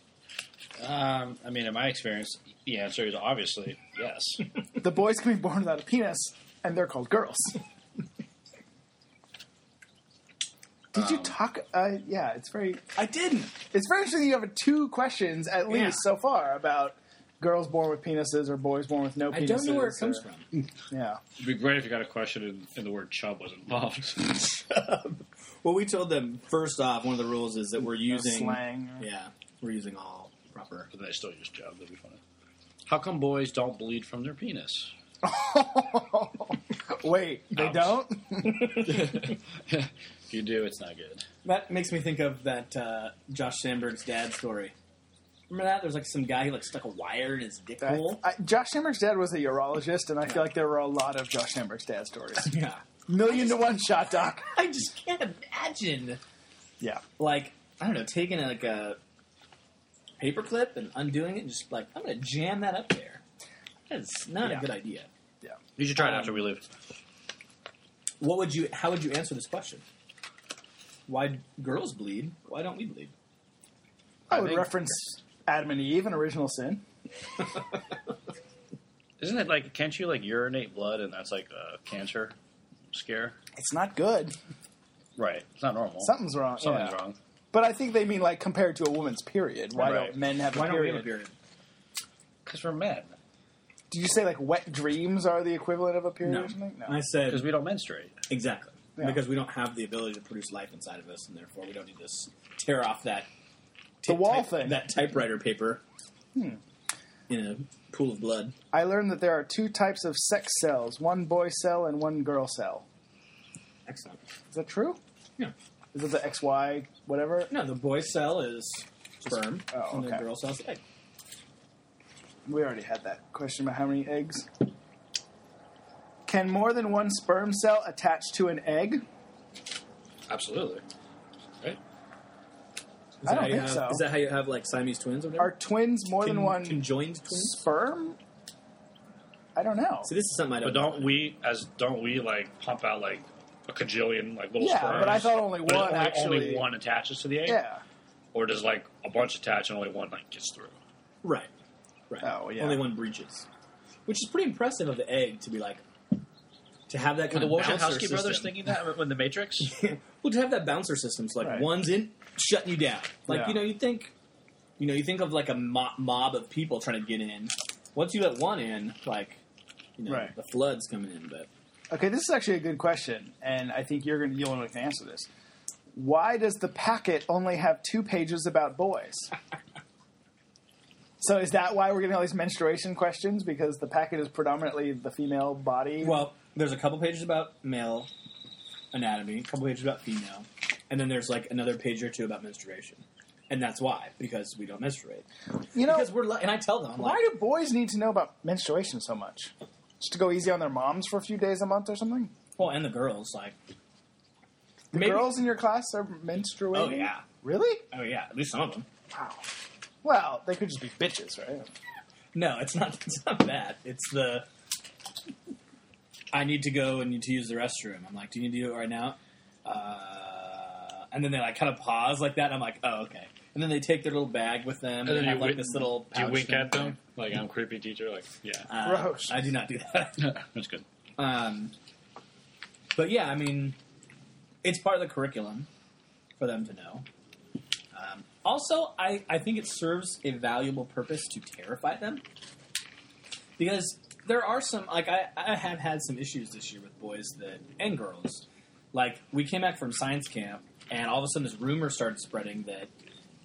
Um, I mean, in my experience, the answer is obviously yes.
the boys can be born without a penis, and they're called girls. Did you talk? Uh, yeah, it's very
I didn't.
it's very interesting. that You have two questions at least
Yeah.
so far about girls born with penises or boys born with no penises.
I don't know where it comes
or-
from.
Yeah,
It'd be great if you got a question and, and the word chub was involved.
Well, we told them first off. One of the rules is that we're using
slang.
Yeah, we're using all proper.
but then I still use chub. That'd be funny. How come boys don't bleed from their penis?
Wait, they
Ouch.
don't.
If you do, it's not good.
That makes me think of that uh, Josh Sandberg's dad story. Remember that? There's like some guy who like stuck a wire in his dick
I,
hole.
I, Josh Hammer's dad was a urologist, and I feel like there were a lot of Josh Hammer's dad stories.
yeah,
Million to one shot, doc.
I just can't imagine.
Yeah,
like I don't know, taking like a paperclip and undoing it, and just like I'm gonna jam that up there. That's not
Yeah.
a good idea.
You should try it
Um,
after we leave.
What would you? How would you answer this question? Why d- girls bleed? Why don't we bleed?
I
I
would
think-
reference Adam and Eve and Original Sin.
Isn't it like, can't you like urinate blood and that's like a cancer scare?
It's not good.
Right. It's not normal.
Something's wrong.
Something's
yeah.
wrong.
But I think they mean like compared to a woman's period. Why
Right.
don't men have a
Why don't we
period?
have a period?
Because we're men.
Did you say like wet dreams are the equivalent of a period
No.
or something?
I
Because
said
we don't menstruate.
exactly
Yeah.
because we don't have the ability to produce life inside of us, and therefore we don't need to s- tear off that
The wall
type-
thing. Hmm.
that typewriter paper in a pool of blood.
I learned that there are two types of sex cells: one boy cell and one girl cell.
Excellent.
Is that true?
Yeah.
Is it the XY whatever?
No, the boy cell is sperm,
Oh,
and the
okay.
girl cell is egg.
We already had that question about how many eggs. Can more than one sperm cell attach to an egg?
Absolutely.
I
Is
Right?
that
don't
how you
think
have-
so.
Is that how you have like Siamese twins or whatever?
Are twins more than
Con-
one
conjoined twins?
sperm? I don't know.
See, this is something I don't.
But don't we as don't we like pump out like a cajillion like little
Yeah,
sperms?
but I thought only
But
one
only,
actually.
only one attaches to the egg,
Yeah.
or does like a bunch attach and only one like gets through?
Right. Right.
Oh, yeah.
Only one breaches, which is pretty impressive of the egg to be like to have that kind
Um, the
of bouncer
Wachowski
system.
brothers thinking that when the Matrix.
well, to have that bouncer system, so like
Right.
one's in shutting you down. Like
Yeah.
you know, you think, you know, you think of like a mo- mob of people trying to get in. Once you let one in, like you know,
Right.
the flood's coming in. But
Okay, this is actually a good question, and I think you're going to be the only one who can answer this. Why does the packet only have two pages about boys? so is that why we're getting all these menstruation questions? Because the packet is predominantly the female body.
well, there's a couple pages about male anatomy, a couple pages about female, and then there's like another page or two about menstruation, and that's why because we don't menstruate.
you know,
because we're li- and I tell them I'm
why
like,
do boys need to know about menstruation so much? Just to go easy on their moms for a few days a month or something?
well, and the girls like
The
Maybe-
girls in your class are menstruating?
Oh yeah,
Really?
oh yeah, at least some of them.
Wow. Well, they could just be bitches, right?
No, it's not. It's not that. It's the I need to go and need to use the restroom. I'm like, do you need to do it right now? Uh, and then they like kind of pause like that. And I'm like, oh okay. And then they take their little bag with them and,
then
have
you
like
wink-
this little.
Do you
pouch
wink
thing.
at them like I'm creepy teacher? Like yeah,
Uh,
Gross.
I do not do that.
that's good.
Um, but yeah, I mean, it's part of the curriculum for them to know. Um, also, I, I think it serves a valuable purpose to terrify them because there are some like I, I have had some issues this year with boys that and girls. Like we came back from science camp, and all of a sudden this rumor started spreading that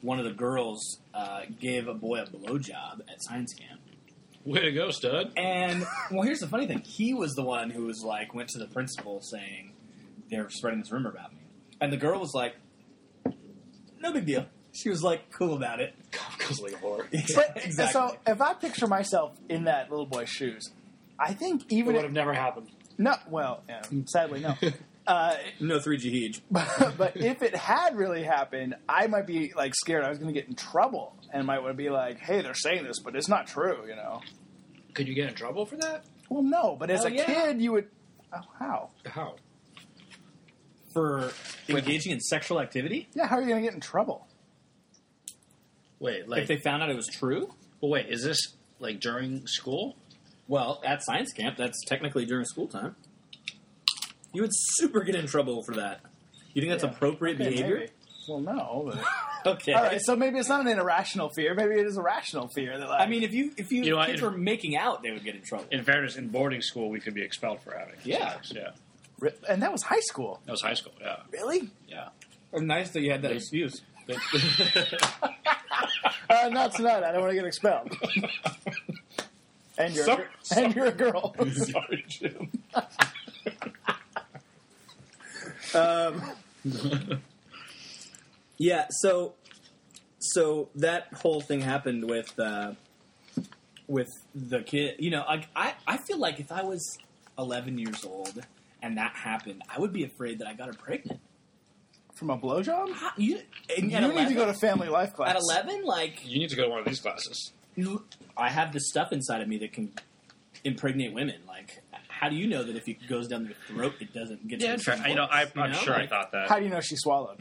one of the girls uh, gave a boy a blowjob at science camp.
Way to go, stud.
And well, here's the funny thing: he was the one who was like went to the principal saying they're spreading this rumor about me, and the girl was like, "No big deal." She was like cool about it.
Guzzling whore.
But so if I picture myself in that little boy's shoes, I think even if,
never happened.
no, well, yeah, sadly no. Uh,
no three G huge.
but, but if it had really happened, I might be like scared I was going to get in trouble, and might would be like, "Hey, they're saying this, but it's not true," you know.
Could you get in trouble for that?
Well, no, but as
Oh,
a
yeah.
kid, you would. Oh, how?
How?
for engaging in sexual activity.
Yeah, how are you going to get in trouble?
Wait,
if
like,
they found out it was true,
but wait, is this like during school?
well, at science camp, that's technically during school time. You would super get in trouble for that. You think that's
Yeah.
appropriate
Okay,
behavior?
maybe. Well, no. But...
Okay.
All right, so maybe it's not an irrational fear. Maybe it is a rational fear that, like,
I mean, if you if you,
You know what,
kids
in-
were making out, they would get in trouble.
In fairness, in boarding school we could be expelled for having
Yeah.
sex. Yeah,
re- and that was high school.
that was high school. Yeah,
Really?
yeah.
Oh, nice that you had that excuse.
Uh, not tonight. I don't want to get expelled. And you're,
Sorry,
and you're a girl.
Sorry, Jim.
Yeah, so so that whole thing happened with uh, with the kid. You know, like I I feel like if I was 11 years old and that happened, I would be afraid that I got her pregnant.
From a blowjob?
How- You, and
You
at,
need to
11,
go to family life class.
at 11, like
You need to go to one of these classes.
you- I have the stuff inside of me that can impregnate women. Like, how do you know that if it goes down their throat, it doesn't get?
Yeah,
to
in
the
fact, you know, I,
you
I'm
know,
sure I
like,
thought that.
How do you know she swallowed?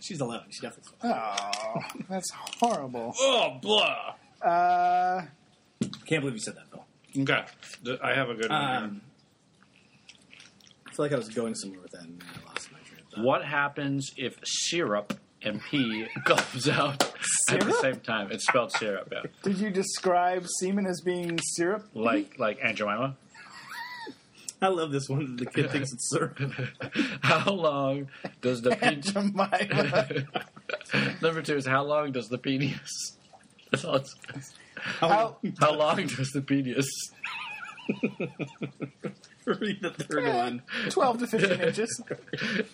She's 11. She definitely.
Oh, that's horrible.
oh, blah.
Uh,
Can't believe you said that, Phil.
Okay, Th- I have a good one.
Uh,
here.
Um, I feel like I was going somewhere with that, and then I lost my train of thought.
What happens if syrup and pee comes out at the
Syrup?
same time? It's spelled syrup, yeah.
did you describe semen as being syrup?
like like Aunt Jemima.
I love this one. The kid thinks it's syrup.
How long does the penis?
Jemima.
Number two is how long does the penis? That's all it says.
How,
How long does the penis?
Read the third one.
12 to 15 inches.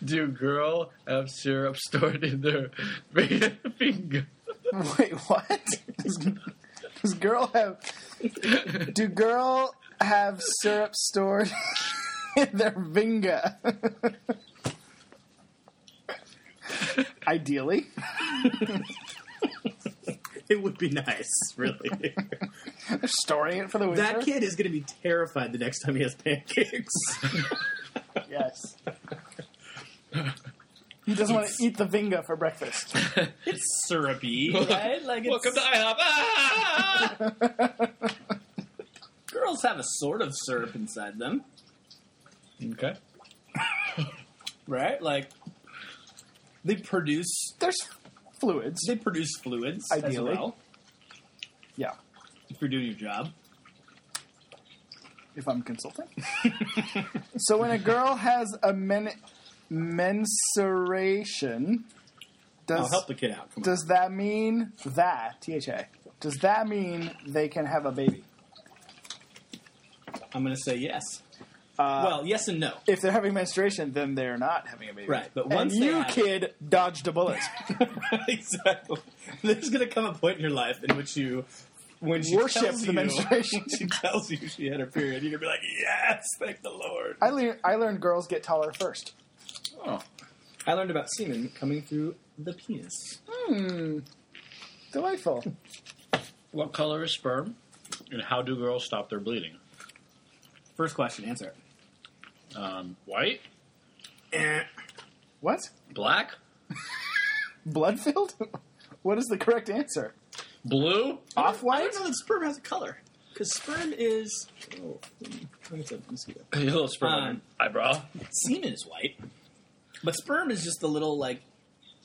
Do girl have syrup stored in their finger?
Wait, what? Does, does girl have. Do girl have syrup stored in their vinga? Ideally,
It would be nice, really.
they're storing it for the winter.
that kid is going to be terrified the next time he has pancakes.
yes. He doesn't want to eat the vinga for breakfast.
it's syrupy, right? Like, it's,
Welcome to IHOP. Ah!
girls have a sort of syrup inside them,
Okay.
right? Like, they produce
There's fluids.
they produce fluids
Ideally.
as well.
Yeah,
If you're doing your job,
if I'm consulting. so when a girl has a men- mensuration,
I'll
does
help the kid out. Come on.
does that mean that tha? Does that mean they can have a baby?
I'm going to say yes.
Uh,
well, yes and no.
if they're having menstruation, then they're not having a baby.
Right, but
And
once they
you
have it-
kid dodged a bullet.
exactly. There's going to come a point in your life in which you, when she
Worship
tells
the
you,
menstruation.
when she tells you she had her period, you're going to be like, yes, thank the Lord.
I, lear I learned girls get taller first.
I learned about semen coming through the penis.
Hmm. Delightful.
What color is sperm? And how do girls stop their bleeding?
First question, answer it.
Um, white?
What?
Black?
Blood-filled? what is the correct answer?
Blue?
Off
I
white?
don't know that sperm has a color. Because sperm is. Oh, let me take a mosquito.
A little sperm
Um,
on your eyebrow.
Semen is white. But sperm is just the little, like,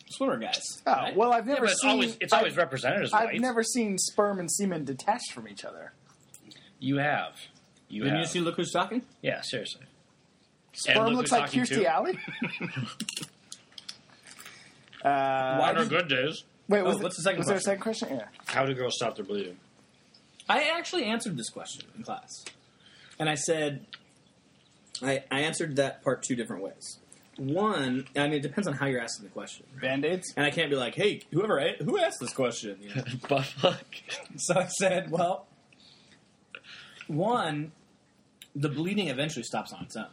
swimmer guys.
Oh,
right?
well, I've
Yeah,
never
but it's
seen.
always, it's
I've-
always represented as
I've,
white.
never seen sperm and semen detached from each other.
You have. You
Have
have.
you seen Look Who's Talking?
yeah, seriously.
Sperm looks
look who's
like
talking
Kirstie
to.
Alley. uh,
Why
On our
did-
good days,
wait,
Oh,
was,
what's
it-
the second
was there a
question?
second question? Yeah.
How do girls stop their bleeding?
I actually answered this question in class. And I said, I, I answered that part two different ways. One, I mean, it depends on how you're asking the question.
Band-aids?
And I can't be like, hey, whoever, a- who asked this question? You know?
But fuck.
So I said, well, one, the bleeding eventually stops on its own,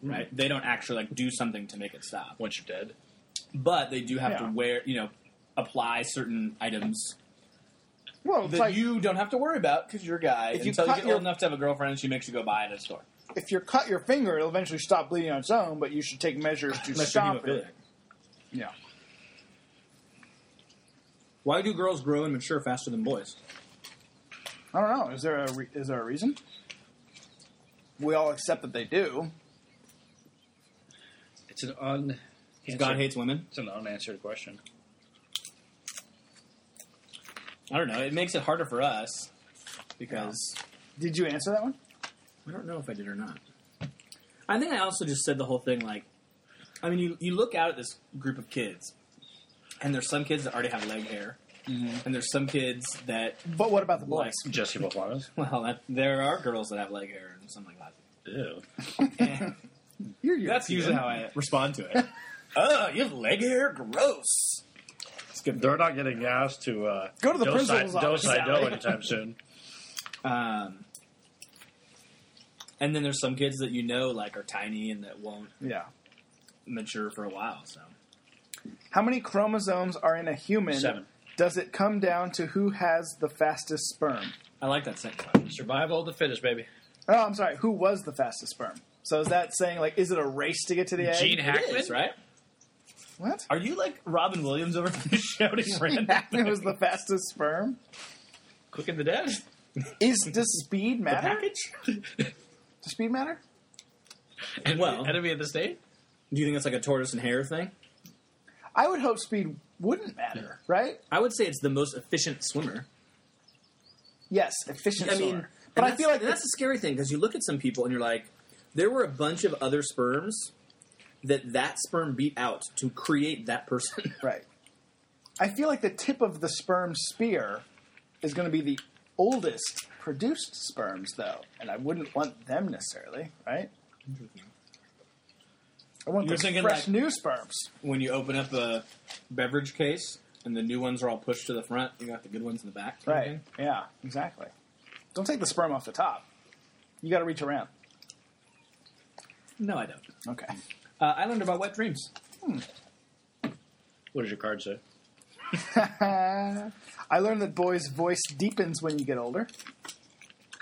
right? They don't actually like do something to make it stop,
Hmm. Once you're dead.
but they do have to
Yeah.
wear, you know, apply certain items
Well, it's
that
like
you don't have to worry about because you're a guy
If you
until you
cut
get
your-
old enough to have a girlfriend. and She makes you go buy it at a store.
if you cut your finger, it'll eventually stop bleeding on its own, but you should take measures to
Unless you're
stop it.
hemophiliac.
Yeah.
Why do girls grow and mature faster than boys?
I don't know. Is there a re- is there a reason? We all accept that they do.
It's an un.
Because God hates women.
It's an unanswered question.
I don't know. It makes it harder for us because
Did you answer that one?
I don't know if I did or not. I think I also just said the whole thing like, I mean, you, you look out at this group of kids, and there's some kids that already have leg hair,
Mm-hmm.
and there's some kids that,
But what about the boys?
Jesse Boplanos?
well, that, there are girls that have leg hair and something like
Ew.
that. And
You're European.
that's usually how I respond to it. Oh, you have leg hair? Gross. It's good.
They're not getting asked to uh,
Go to the
Dos I,
principal's office,
Dos I Do
Sally.
anytime soon.
Um, and then there's some kids that you know like are tiny and that won't
Yeah.
mature for a while. So
How many chromosomes are in a human?
Seven.
Does it come down to who has the fastest sperm?
I like that second one.
Survival of the fittest, baby.
Oh, I'm sorry. Who was the fastest sperm? So is that saying like, is it a race to get to the egg?
Gene
It
Hackman?
is, right?
What?
Are you like Robin Williams over there shouting random
Hackman was
things?
the fastest sperm.
Quick and the Dead?
Is does speed
The
matter?
package?
Does speed matter?
well,
Enemy of the state?
do you think it's like a tortoise and hare thing?
I would hope speed wouldn't matter, right?
I would say it's the most efficient swimmer.
Yes, efficient.
I mean,
swimmer. but I
that's-
feel like
and that's the scary thing because you look at some people and you're like, there were a bunch of other sperms that that sperm beat out to create that person.
Right. I feel like the tip of the sperm spear is going to be the oldest produced sperms, though, and I wouldn't want them necessarily, right? I want
You're
the
thinking
fresh
like-
new sperms.
when you open up a beverage case and the new ones are all pushed to the front, you got the good ones in the back. kind of
Right.
thing.
Yeah, exactly. Don't take the sperm off the top. You got to reach around.
No, I don't.
Okay.
Uh, I learned about wet dreams.
What does your card say?
I learned that boys' voice deepens when you get older.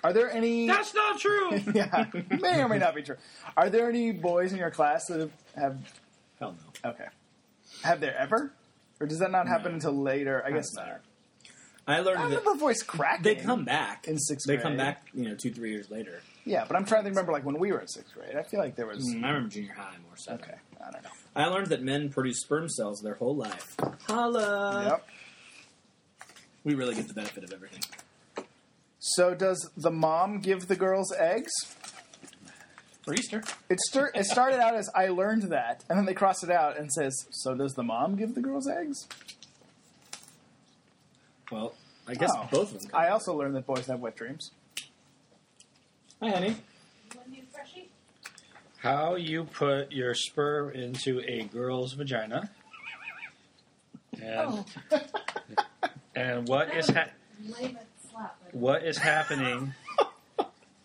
Are there any?
That's not true.
yeah, may or may not be true. Are there any boys in your class that have, have
Hell no.
okay? Have there ever, or does that not happen until later? I guess
Doesn't matter. I learned
I
that
remember voice cracking.
they come back
In sixth
They
grade.
come back, you know, two three years later.
Yeah, but I'm trying to remember like when we were in sixth grade. I feel like there was.
Mm, I remember junior high more so.
Okay, I don't know.
I learned that men produce sperm cells their whole life. Holla!
yep.
We really get the benefit of everything.
So does the mom give the girls eggs?
For Easter.
It, stir- it started out as I learned that, and then they crossed it out and says, "So does the mom give the girls eggs?"
Well, I guess
Oh.
both of them.
I also learned that boys have wet dreams.
Hi, honey.
One new freshie.
How you put your spur into a girl's vagina?
And,
Oh.
and what is ha-
Lame and slap.
What is happening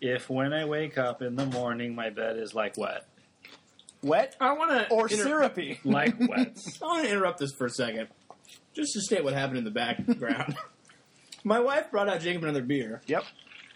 if when I wake up in the morning my bed is like wet?
Wet
I want to
or syrupy?
like wet?
I want to interrupt this for a second, just to state what happened in the background. My wife brought out Jacob another beer.
Yep.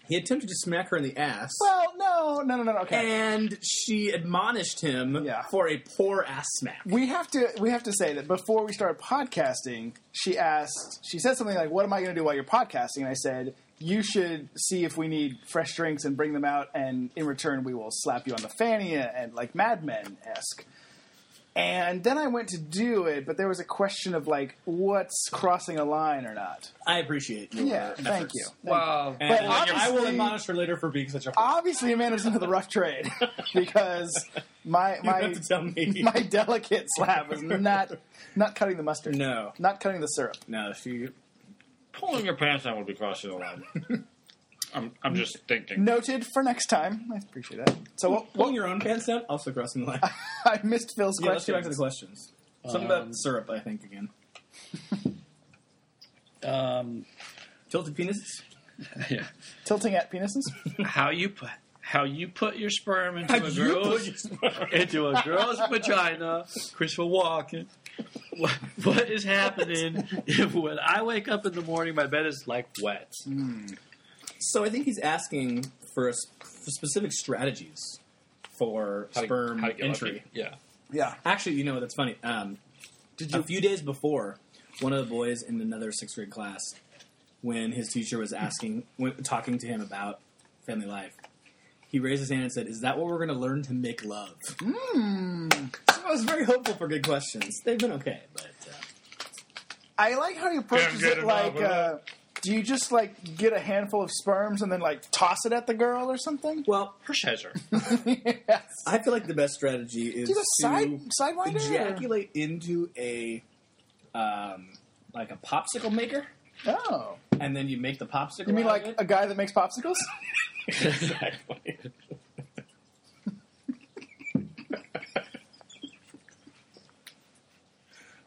He attempted to smack her in the ass,
Well, no, no, no, no. no, Okay.
and she admonished him
Yeah.
for a poor ass smack.
we have to we have to say that before we started podcasting, she asked she said something like, "What am I going to do while you're podcasting?" And I said, "You should see if we need fresh drinks and bring them out, and in return, we will slap you on the fanny and like Mad Men esque." And then I went to do it, but there was a question of like, what's crossing a line or not?
I appreciate your
Yeah,
efforts.
thank you. Thank you.
Wow.
And
But
I will
obviously-
admonish her later for being such a.
Obviously, Amanda's into the rough trade because my
you have
my
to tell me.
my delicate slap was not not cutting the mustard.
no,
Not cutting the syrup.
no, she.
Pulling your pants down would be crossing the line.
I'm, I'm just thinking.
Noted for next time. I appreciate that. So what,
Pulling
what,
your own pants down, also crossing the line.
I missed Phil's
yeah, let's
question.
get back to the questions. Something
Um,
about syrup, I think, again.
Um,
Tilted penises?
yeah.
Tilting at penises.
How you put how you put your sperm into
Have
a
you put
girl's
your sperm-
into a girl's vagina? Christopher Walken. What, what is happening if when I wake up in the morning my bed is like wet?
So I think he's asking for, a, s- for specific strategies for
How to-
sperm
how to get
entry.
lucky. Yeah.
Yeah.
Actually, you know what? That's funny. Um, a few days before, one of the boys in another sixth grade class, when his teacher was asking, when, talking to him about family life, he raised his hand and said, "Is that what we're going to learn to make love?"
Hmm.
So I was very hopeful for good questions. They've been okay, but uh,
I like how he approaches
Can't get
it like.
enough of
Uh, do you just like get a handful of sperms and then like toss it at the girl or something?
well,
Hershiser.
yes.
I feel like the best strategy is
Do you
to
go side sidewinder? or-
ejaculate into a um, like a popsicle maker,
Oh,
and then you make the popsicle.
you mean
out of
like
it.
a guy that makes popsicles?
exactly.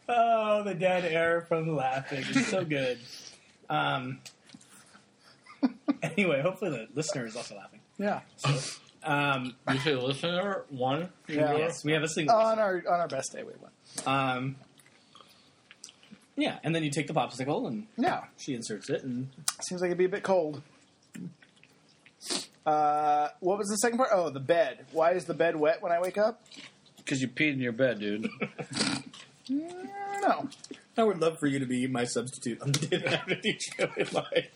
oh the dead air from laughing? It's so good. Um, anyway, hopefully the listener is also laughing.
Yeah.
Um,
You say listener one.
Yeah.
yes, we have a single.
On our on our best day, we won.
Um, yeah, and then you take the popsicle and
Yeah.
she inserts it, and
Seems like it'd be a bit cold. Uh, what was the second part? Oh, the bed. Why is the bed wet when I wake up?
Because you peed in your bed, dude.
No.
I would love for you to be my substitute on the day that I have a teacher in life.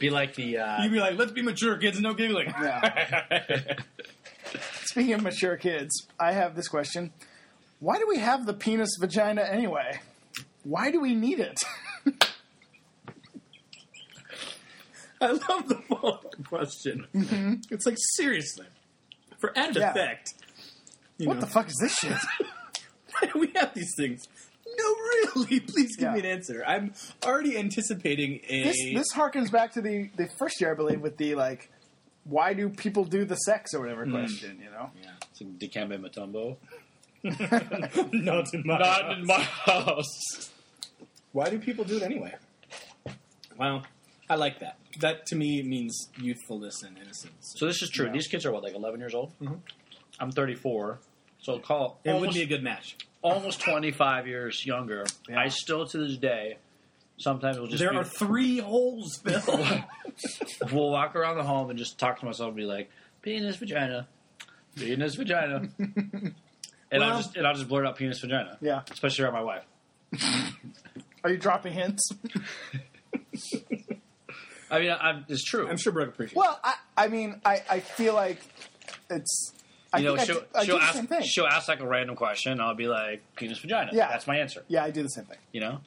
Be like the uh,
You'd be like, let's be mature, kids, no giggling.
Yeah. Speaking of mature kids, I have this question. Why do we have the penis vagina anyway? Why do we need it?
I love the follow up question. It's like, seriously, for added
Mm-hmm. Yeah.
effect, you
what
know,
the fuck is this shit?
why do we have these things? No, really, please give me an
Yeah.
answer. I'm already anticipating a.
this this harkens back to the, the first year, I believe, with the like, why do people do the sex or whatever
Hmm.
question, you know?
It's like Dikembe Mutombo.
not in my.
Not in my house.
Why do people do it anyway? Well, I like that. That to me means youthfulness and innocence.
Mm-hmm.
So this is true. These kids are what, like 11 years old? I'm 34. So call
It would
almost,
be a good match.
almost 25 years younger.
Yeah.
I still to this day sometimes will just
There
be-
are three holes, Bill.
we'll walk around the home and just talk to myself and be like, penis vagina, penis vagina, and
Well-
I'll just and I'll just blurt out penis vagina,
Yeah.
especially around my wife.
Are you dropping hints?
I mean, I, I'm, it's true.
I'm sure Brooke appreciates.
Well, I, I mean, I, I feel like it's. I
you know,
think I
she'll,
do- I,
she'll
do the
ask
same thing.
she'll ask like a random question. and I'll be like, penis vagina.
Yeah.
that's my answer.
Yeah, I do the same thing.
You know,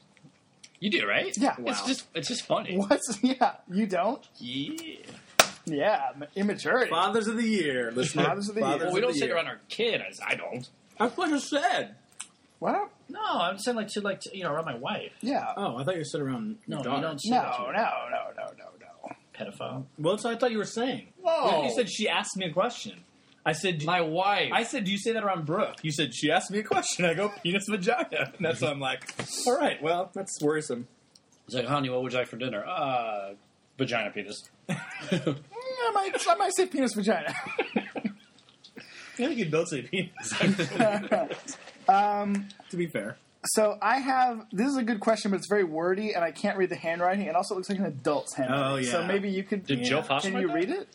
you do right.
Yeah.
it's just it's just funny.
What's yeah? You don't?
Yeah.
Yeah, immaturity.
it. Fathers of the year, listen.
Fathers of the year.
Well, we
of
don't
the
sit
year.
around our kid. I, I don't.
That's what I said.
What?
No, I'm saying like to like to, you know around my wife.
Yeah.
Oh, I thought you said around.
No,
your
you
daughter.
don't sit
no,
around
no,
your
no, no, no, no.
pedophile.
Well, that's what I thought you were saying.
Whoa.
You said she asked me a question. I said,
My wife.
I said, do you say that around Brooke? You said she asked me a question. I go penis vagina. And that's why I'm like, all right, well, that's worrisome.
It's like, honey, what would you like for dinner? Uh, vagina penis.
I might, I might say penis vagina.
I think you'd both say penis.
um,
to be fair,
so I have this is a good question, but it's very wordy, and I can't read the handwriting. It also looks like an adult's handwriting.
Oh, yeah.
So maybe you could.
Did Joe Foster
Can
write
you
that?
read it?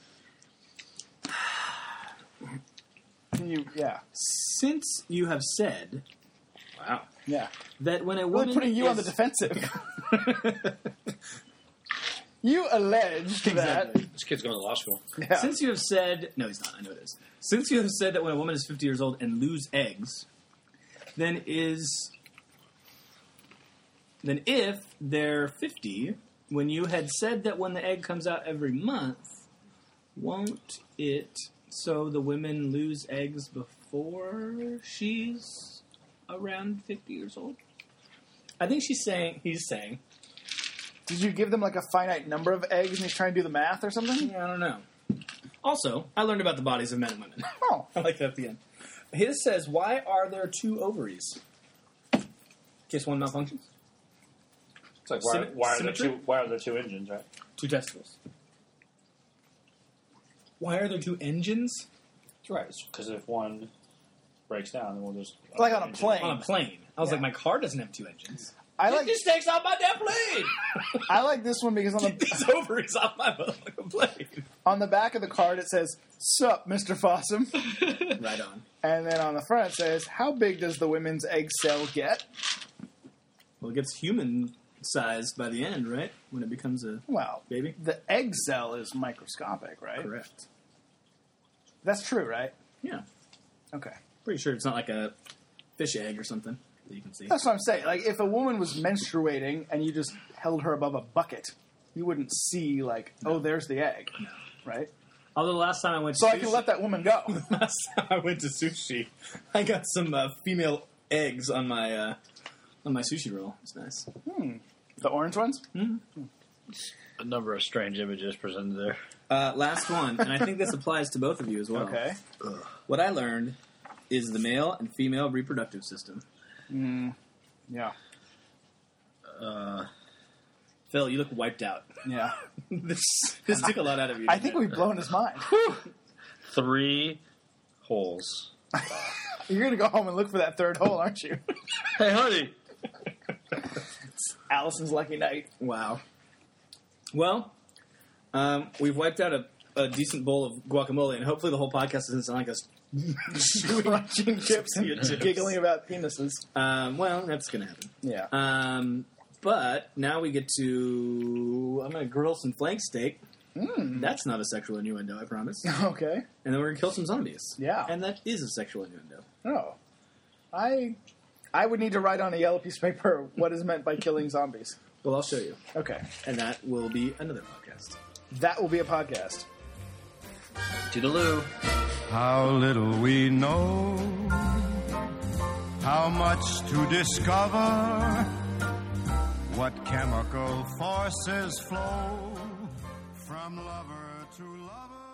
Can you? Yeah,
since you have said
Wow.
yeah.
that when a woman
Really putting you on the
is-
defensive. you alleged
Exactly.
This kid's going to law school.
that. Yeah.
Since you have said no, he's not. I know it is. Since you have said that when a woman is fifty years old and lose eggs, then is then if they're fifty, when you had said that when the egg comes out every month, won't it? So the women lose eggs before she's around fifty years old. I think she's saying he's saying.
Did you give them like a finite number of eggs, and he's trying to do the math or something?
I don't know. Also, I learned about the bodies of men and women.
Oh,
I like that at the end. His says, "Why are there two ovaries? In case one malfunctions,
It's like why,
Sym-
why are there
symmetry?
two? Why are there two engines? Right?
two testicles. Why are there two engines
That's right. Because if one breaks down, then we'll just
Like on a plane.
on a plane?" I was
Yeah.
like, "My car doesn't have two engines.
I
Get
like
these things off my damn plane!
I like this one because on
Get
the
these ovaries off my motherfucking plane!"
on the back of the card it says "Sup, Mr. Fossum,"
Right on.
and then on the front it says "How big does the women's egg cell get?"
Well, it gets human sized by the end, right? When it becomes a
Well,
baby.
the egg cell is microscopic, right?
Correct.
That's true, right?
Yeah.
Okay,
Pretty sure it's not like a fish egg or something that you can see.
that's what I'm saying. Like if a woman was menstruating and you just held her above a bucket, you wouldn't see like, oh, there's the egg, right?
Although the last time I went,
So
to
I can
sushi-
let that woman go.
Last time I went to sushi, I got some uh, female eggs on my uh, on my sushi roll. It's nice.
the orange ones.
A number of strange images presented there.
Uh, last one, and I think this applies to both of you as well.
Okay.
What I learned is the male and female reproductive system.
Yeah.
Phil, you look wiped out.
Yeah.
this this took a lot out of you.
I
didn't
think
it?
we've blown his mind.
Three holes.
You're gonna go home and look for that third hole, aren't you?
Hey, honey.
Allison's lucky night.
Wow. Well, um, we've wiped out a, a decent bowl of guacamole, and hopefully the whole podcast doesn't sound like us.
crunching chips and giggling about penises.
Um, well, that's going to happen.
Yeah.
Um, but now we get to I'm gonna grill some flank steak. That's not a sexual innuendo, I promise. and
okay.
then we're gonna kill some zombies.
Yeah.
and that is a sexual innuendo.
Oh, I I would need to write on a yellow piece of paper what is meant by killing zombies.
Well, I'll show you,
Okay,
and that will be another podcast.
that will be a podcast.
To the loo.
How little we know, how much to discover, what chemical forces flow from lover to lover.